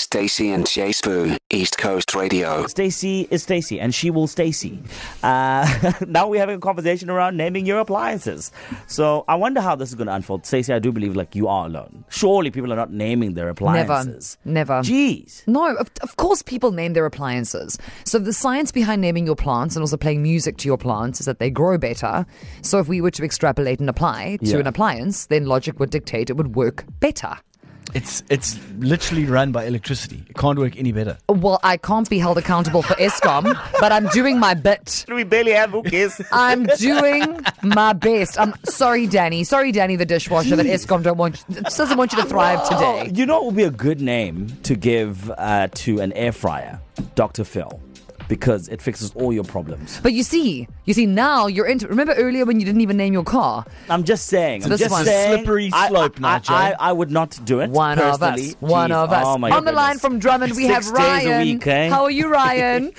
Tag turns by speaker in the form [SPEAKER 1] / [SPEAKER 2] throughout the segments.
[SPEAKER 1] Stacy and Jay Spoo, East Coast Radio.
[SPEAKER 2] Stacy is Stacy, and she will Stacy. Uh, now we're having a conversation around naming your appliances. So I wonder how this is going to unfold. Stacy, I do believe like you are alone. Surely people are not naming their
[SPEAKER 3] Never.
[SPEAKER 2] appliances.
[SPEAKER 3] Never.
[SPEAKER 2] Jeez.
[SPEAKER 3] No, of, of course people name their appliances. So the science behind naming your plants and also playing music to your plants is that they grow better. So if we were to extrapolate and apply to
[SPEAKER 2] Yeah.
[SPEAKER 3] an appliance, then logic would dictate it would work better.
[SPEAKER 4] It's it's literally run by electricity. It can't work any better.
[SPEAKER 3] Well, I can't be held accountable for ESCOM, but I'm doing my bit.
[SPEAKER 2] We barely have bouquets.
[SPEAKER 3] I'm doing my best. I'm sorry, Danny. Sorry, Danny, the dishwasher that ESCOM don't want, doesn't want you to thrive today.
[SPEAKER 2] You know what would be a good name to give uh, to an air fryer? Dr. Phil. Because it fixes all your problems.
[SPEAKER 3] But you see, you see now you're into. Remember earlier when you didn't even name your car?
[SPEAKER 2] I'm just saying. I'm
[SPEAKER 3] this
[SPEAKER 2] just
[SPEAKER 3] one's
[SPEAKER 2] saying,
[SPEAKER 4] slippery
[SPEAKER 2] I-
[SPEAKER 4] slope,
[SPEAKER 2] I,
[SPEAKER 4] Nigel.
[SPEAKER 2] I, I, would not do it.
[SPEAKER 3] One of us.
[SPEAKER 2] personally.
[SPEAKER 3] One
[SPEAKER 2] Jeez.
[SPEAKER 3] of us.
[SPEAKER 2] Oh my
[SPEAKER 3] On the line
[SPEAKER 2] goodness.
[SPEAKER 3] from Drummond, we
[SPEAKER 2] Six
[SPEAKER 3] have
[SPEAKER 2] days a
[SPEAKER 3] Ryan.
[SPEAKER 2] week, eh?
[SPEAKER 3] How are you, Ryan?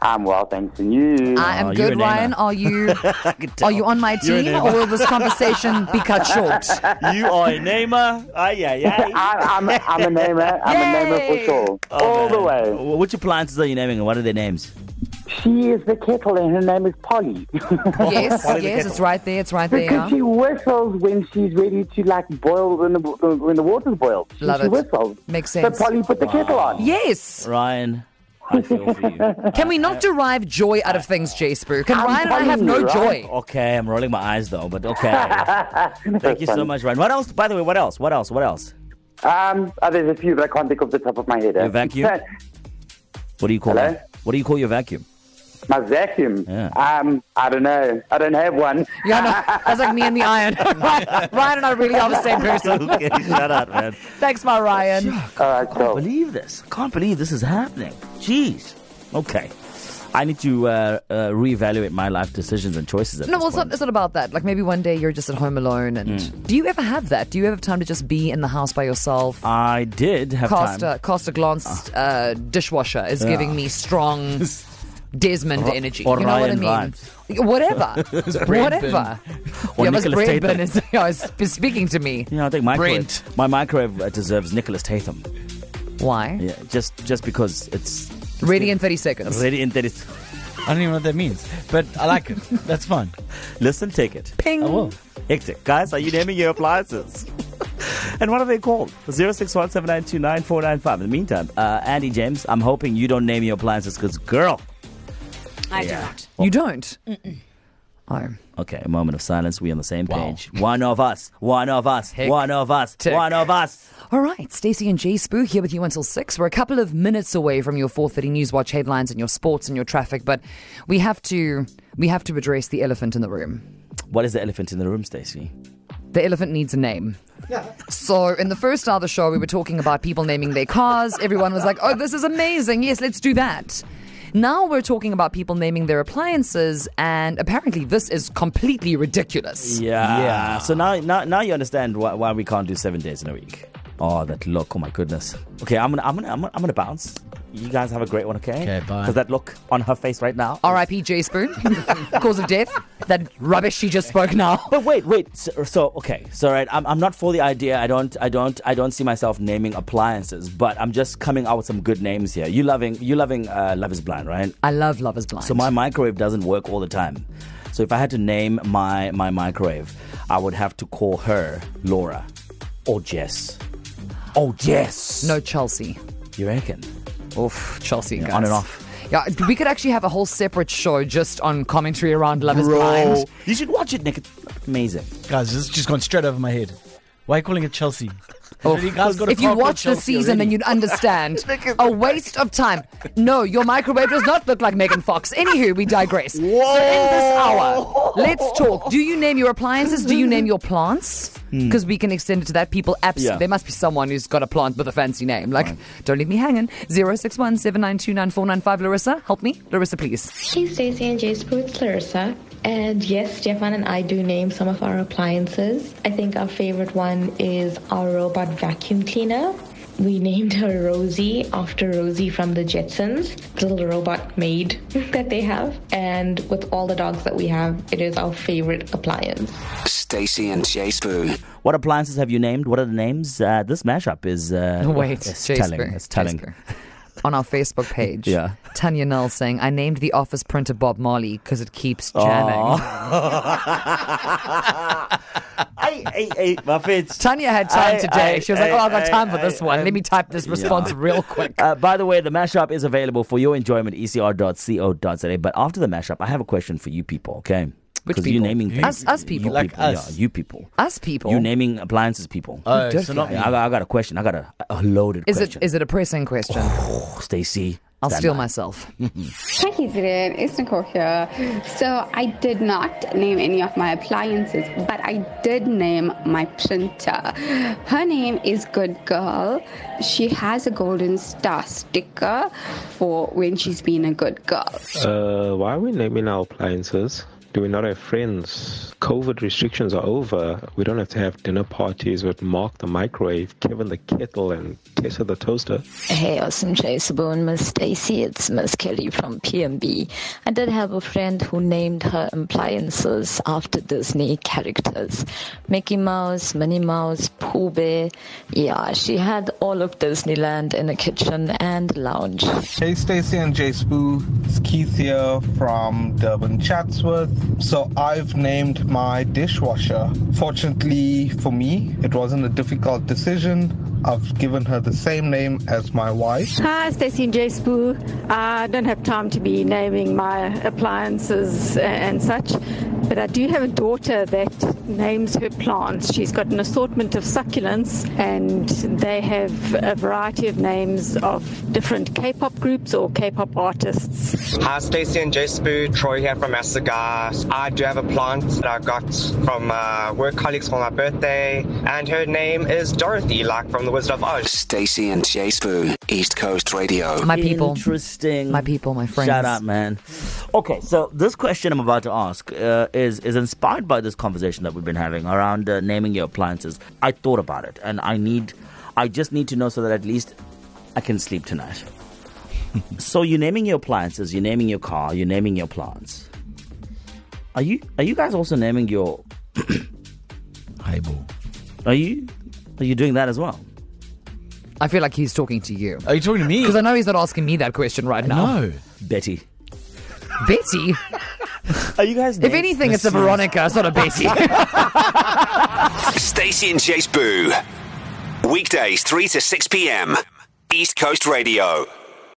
[SPEAKER 5] I'm well, thanks, and you?
[SPEAKER 3] I am
[SPEAKER 2] Oh, you're
[SPEAKER 3] good,
[SPEAKER 2] an
[SPEAKER 3] Ryan.
[SPEAKER 2] Emma.
[SPEAKER 3] Are you?
[SPEAKER 2] I could tell.
[SPEAKER 3] Are you on my
[SPEAKER 2] You're an
[SPEAKER 3] team,
[SPEAKER 2] Emma.
[SPEAKER 3] or will this conversation be cut short?
[SPEAKER 2] you are a namer. Ah, Ay, ay, ay.
[SPEAKER 5] I, I'm, I'm a namer. I'm a namer
[SPEAKER 3] Yay!
[SPEAKER 5] for sure. All the way.
[SPEAKER 2] Wh- Which appliances are you naming and what are their names?
[SPEAKER 5] She is the kettle, and her name is Polly.
[SPEAKER 3] yes,
[SPEAKER 2] Follow the
[SPEAKER 3] yes,
[SPEAKER 2] kettle.
[SPEAKER 3] it's right there. It's right there.
[SPEAKER 5] Because she whistles when she's ready to like boil when the when the water's boiled. She-
[SPEAKER 3] Love
[SPEAKER 5] she
[SPEAKER 3] it.
[SPEAKER 5] whistles.
[SPEAKER 3] Makes
[SPEAKER 5] So
[SPEAKER 3] sense.
[SPEAKER 5] Polly put the kettle on.
[SPEAKER 3] Yes.
[SPEAKER 2] Ryan, I feel for you.
[SPEAKER 3] Can we not derive joy out of things, Jay Spoo? Can
[SPEAKER 5] I'm
[SPEAKER 3] Ryan and I have
[SPEAKER 5] telling
[SPEAKER 3] no
[SPEAKER 5] you, Ryan.
[SPEAKER 3] joy?
[SPEAKER 2] Okay, I'm rolling my eyes though, but okay. Thank you so much, Ryan. What else? By the way, what else? What else? What else?
[SPEAKER 5] Um, oh, there's a few, but I can't think of the top of my head. eh?
[SPEAKER 2] Your vacuum? What do you call
[SPEAKER 5] Hello?
[SPEAKER 2] that? What do you call your vacuum?
[SPEAKER 5] my vacuum.
[SPEAKER 2] Yeah.
[SPEAKER 5] Um, I don't know. I don't have one.
[SPEAKER 3] Yeah, no, that's like me and the iron. Ryan and I really are the same person.
[SPEAKER 2] okay, shut up, man.
[SPEAKER 3] Thanks, my Ryan.
[SPEAKER 5] All right,
[SPEAKER 2] Can't
[SPEAKER 5] cool.
[SPEAKER 2] believe this. Can't believe this is happening. Jeez. Okay. I need to uh, uh, reevaluate my life decisions and choices. At
[SPEAKER 3] No,
[SPEAKER 2] this
[SPEAKER 3] well, it's not,
[SPEAKER 2] point.
[SPEAKER 3] it's not about that. Like maybe one day you're just at home alone, and
[SPEAKER 2] Hmm.
[SPEAKER 3] do you ever have that? Do you ever have time to just be in the house by yourself?
[SPEAKER 2] I did have
[SPEAKER 3] cast
[SPEAKER 2] Ah, time. Ah.
[SPEAKER 3] a cast a glance. Uh, dishwasher is giving me strong Desmond energy.
[SPEAKER 2] or
[SPEAKER 3] you know
[SPEAKER 2] Ryan
[SPEAKER 3] what I mean? Whatever, whatever.
[SPEAKER 2] Or
[SPEAKER 3] yeah, but
[SPEAKER 2] Nicholas
[SPEAKER 3] bread bin
[SPEAKER 2] Tatum.
[SPEAKER 3] is, yeah, is is speaking to me.
[SPEAKER 2] You know, I think microwave,
[SPEAKER 4] Brent.
[SPEAKER 2] my microwave uh, deserves Nicholas Tatham.
[SPEAKER 3] Why?
[SPEAKER 2] Yeah, just just because it's
[SPEAKER 3] Ready in thirty seconds.
[SPEAKER 2] ready and that is.
[SPEAKER 4] I don't even know what that means, but I like it. That's fine.
[SPEAKER 2] Listen, take it.
[SPEAKER 3] Ping.
[SPEAKER 4] I will.
[SPEAKER 2] Hectic. Guys, are you naming your appliances? and what are they called? 0617929495. In the meantime, uh, Andy James, I'm hoping you don't name your appliances because, girl.
[SPEAKER 6] I do not.
[SPEAKER 3] You don't. Oh.
[SPEAKER 2] Okay, a moment of silence. We on the same
[SPEAKER 4] Wow.
[SPEAKER 2] page. One of us. One of us. One of us.
[SPEAKER 3] Tick.
[SPEAKER 2] One of us.
[SPEAKER 3] All right, Stacey and Jay Spoo here with you until six. We're a couple of minutes away from your four thirty news watch headlines and your sports and your traffic, but we have to we have to address the elephant in the room.
[SPEAKER 2] What is the elephant in the room, Stacey?
[SPEAKER 3] The elephant needs a name. So in the first hour of the show, we were talking about people naming their cars. Everyone was like, "Oh, this is amazing! Yes, let's do that." Now we're talking about people naming their appliances, and apparently this is completely ridiculous.
[SPEAKER 2] Yeah.
[SPEAKER 4] Yeah.
[SPEAKER 2] So now, now, now you understand why, why we can't do seven days in a week. Oh, that look! Oh my goodness. Okay, I'm gonna, I'm gonna, I'm gonna, I'm gonna bounce. You guys have a great one, okay?
[SPEAKER 4] Okay, bye.
[SPEAKER 2] Because that look on her face right now. Uh,
[SPEAKER 3] R.I.P. Jay Spoon, cause of death. That rubbish she just spoke now.
[SPEAKER 2] But wait, wait. So, so okay, so right, I'm, I'm not for the idea. I don't, I don't, I don't see myself naming appliances. But I'm just coming out with some good names here. You loving, you loving, uh, Love is Blind, right?
[SPEAKER 3] I love Love Is Blind.
[SPEAKER 2] So my microwave doesn't work all the time. So if I had to name my my microwave, I would have to call her Laura or Jess. Oh Jess.
[SPEAKER 3] no Chelsea.
[SPEAKER 2] You reckon?
[SPEAKER 3] Oof, Chelsea.
[SPEAKER 2] Yeah,
[SPEAKER 3] guys.
[SPEAKER 2] on and off.
[SPEAKER 3] Yeah, we could actually have a whole separate show just on commentary around Love is Blind.
[SPEAKER 2] You should watch it, Nick. It's amazing.
[SPEAKER 4] Guys, this has just gone straight over my head. Why are you calling it Chelsea? You guys got
[SPEAKER 3] Oh.
[SPEAKER 4] a
[SPEAKER 3] If you
[SPEAKER 4] car called
[SPEAKER 3] watch the
[SPEAKER 4] Chelsea
[SPEAKER 3] season, then
[SPEAKER 4] already.
[SPEAKER 3] you'd understand. a waste of time. No, your microwave does not look like Megan Fox. Anywho, we digress. So in this hour, let's talk. Do you name your appliances? Do you name your plants?
[SPEAKER 4] Hmm.
[SPEAKER 3] Because we can extend it to that. People, abs-
[SPEAKER 2] Yeah.
[SPEAKER 3] there must be someone who's got a plant with a fancy name. Like, don't leave me hanging. 061 7929495. Larissa, help me. Larissa, please.
[SPEAKER 7] Hey, Stacey and Jay Spoo, it's Larissa. And yes, Stefan and I do name some of our appliances. I think our favorite one is our robot vacuum cleaner. We named her Rosie after Rosie from the Jetsons, the little robot maid that they have. And with all the dogs that we have, it is our favorite appliance.
[SPEAKER 1] Stacy and Jay Spoon.
[SPEAKER 2] What appliances have you named? What are the names? Uh, this mashup is uh,
[SPEAKER 3] Oh, wait,
[SPEAKER 2] It's
[SPEAKER 3] Jasper,
[SPEAKER 2] telling. It's telling.
[SPEAKER 3] Jasper. On our Facebook page,
[SPEAKER 2] Yeah.
[SPEAKER 3] Tanya Null saying, "I named the office printer Bob Marley because it keeps jamming."
[SPEAKER 2] Hey, hey, hey, my fits.
[SPEAKER 3] Tanya had time
[SPEAKER 2] I-
[SPEAKER 3] today.
[SPEAKER 2] I-
[SPEAKER 3] she was like,
[SPEAKER 2] I-
[SPEAKER 3] "Oh, I've got
[SPEAKER 2] I-
[SPEAKER 3] time for
[SPEAKER 2] I-
[SPEAKER 3] this one.
[SPEAKER 2] I-
[SPEAKER 3] Let me type this response real quick."
[SPEAKER 2] Uh, by the way, the mashup is available for your enjoyment, E ecr.co.za. But after the mashup, I have a question for you people, okay?
[SPEAKER 3] Which
[SPEAKER 2] Because you're
[SPEAKER 3] people?
[SPEAKER 2] naming
[SPEAKER 3] Us-
[SPEAKER 2] things.
[SPEAKER 3] us people.
[SPEAKER 2] You
[SPEAKER 4] Like
[SPEAKER 2] people,
[SPEAKER 4] us.
[SPEAKER 2] Yeah, you people.
[SPEAKER 3] Us people.
[SPEAKER 2] You naming appliances people.
[SPEAKER 4] Oh,
[SPEAKER 3] does
[SPEAKER 4] so not
[SPEAKER 3] that?
[SPEAKER 4] me.
[SPEAKER 2] I, got, I got a question. I got a, a loaded
[SPEAKER 3] is it
[SPEAKER 2] question. Oh,
[SPEAKER 3] is it a pressing question?
[SPEAKER 2] Stacey.
[SPEAKER 3] I'll
[SPEAKER 2] stand
[SPEAKER 3] steal
[SPEAKER 2] by.
[SPEAKER 3] myself.
[SPEAKER 8] Hi, Kizrin. It's Nicole here. So, I did not name any of my appliances, but I did name my printer. Her name is Good Girl. She has a golden star sticker for when she's been a good girl.
[SPEAKER 9] Uh, why are we naming our appliances? Do we not have friends? COVID restrictions are over. Uh, We don't have to have dinner parties with Mark the microwave, Kevin the kettle, and Tessa the toaster.
[SPEAKER 10] Hey, awesome Jason, and Miss Stacy. It's Miss Kelly from PMB. I did have a friend who named her appliances after Disney characters Mickey Mouse, Minnie Mouse, Pooh Bear. Yeah, she had all of Disneyland in the kitchen and lounge.
[SPEAKER 11] Hey Stacey and Jay Spoo, it's Keith here from Durban Chatsworth. So I've named my dishwasher. Fortunately for me, it wasn't a difficult decision. I've given her the same name as my wife.
[SPEAKER 12] Hi, Stacey and Jay Spoo. I don't have time to be naming my appliances a- and such, but I do have a daughter that names her plants. She's got an assortment of succulents, and they have a variety of names of different K pop groups or K pop artists.
[SPEAKER 13] Hi, Uh, Stacey and Jay Spoo. Troy here from Asaga. I do have a plant that I got from uh, work colleagues for my birthday, and her name is Dorothy, like from The Wizard of Oz.
[SPEAKER 1] Stacy and Jay Spoon. East Coast Radio.
[SPEAKER 3] My people,
[SPEAKER 2] Interesting.
[SPEAKER 3] my people, my friends.
[SPEAKER 2] Shout out, man. Okay, so this question I'm about to ask uh, is is inspired by this conversation that we've been having around uh, naming your appliances. I thought about it, and I need, I just need to know so that at least I can sleep tonight. so you're naming your appliances, you're naming your car, you're naming your plants. Are you are you guys also naming your?
[SPEAKER 4] Highball.
[SPEAKER 2] Are you are you doing that as well?
[SPEAKER 3] I feel like he's talking to you
[SPEAKER 4] Are you talking to me?
[SPEAKER 3] because I know he's not asking me that question right now.
[SPEAKER 4] no.
[SPEAKER 2] Betty,
[SPEAKER 3] Betty.
[SPEAKER 2] are you guys?
[SPEAKER 3] If anything, it's a Veronica, it's not a Betty.
[SPEAKER 1] Stacy and Jay Spoon. Weekdays 3 to 6 p.m. East Coast Radio.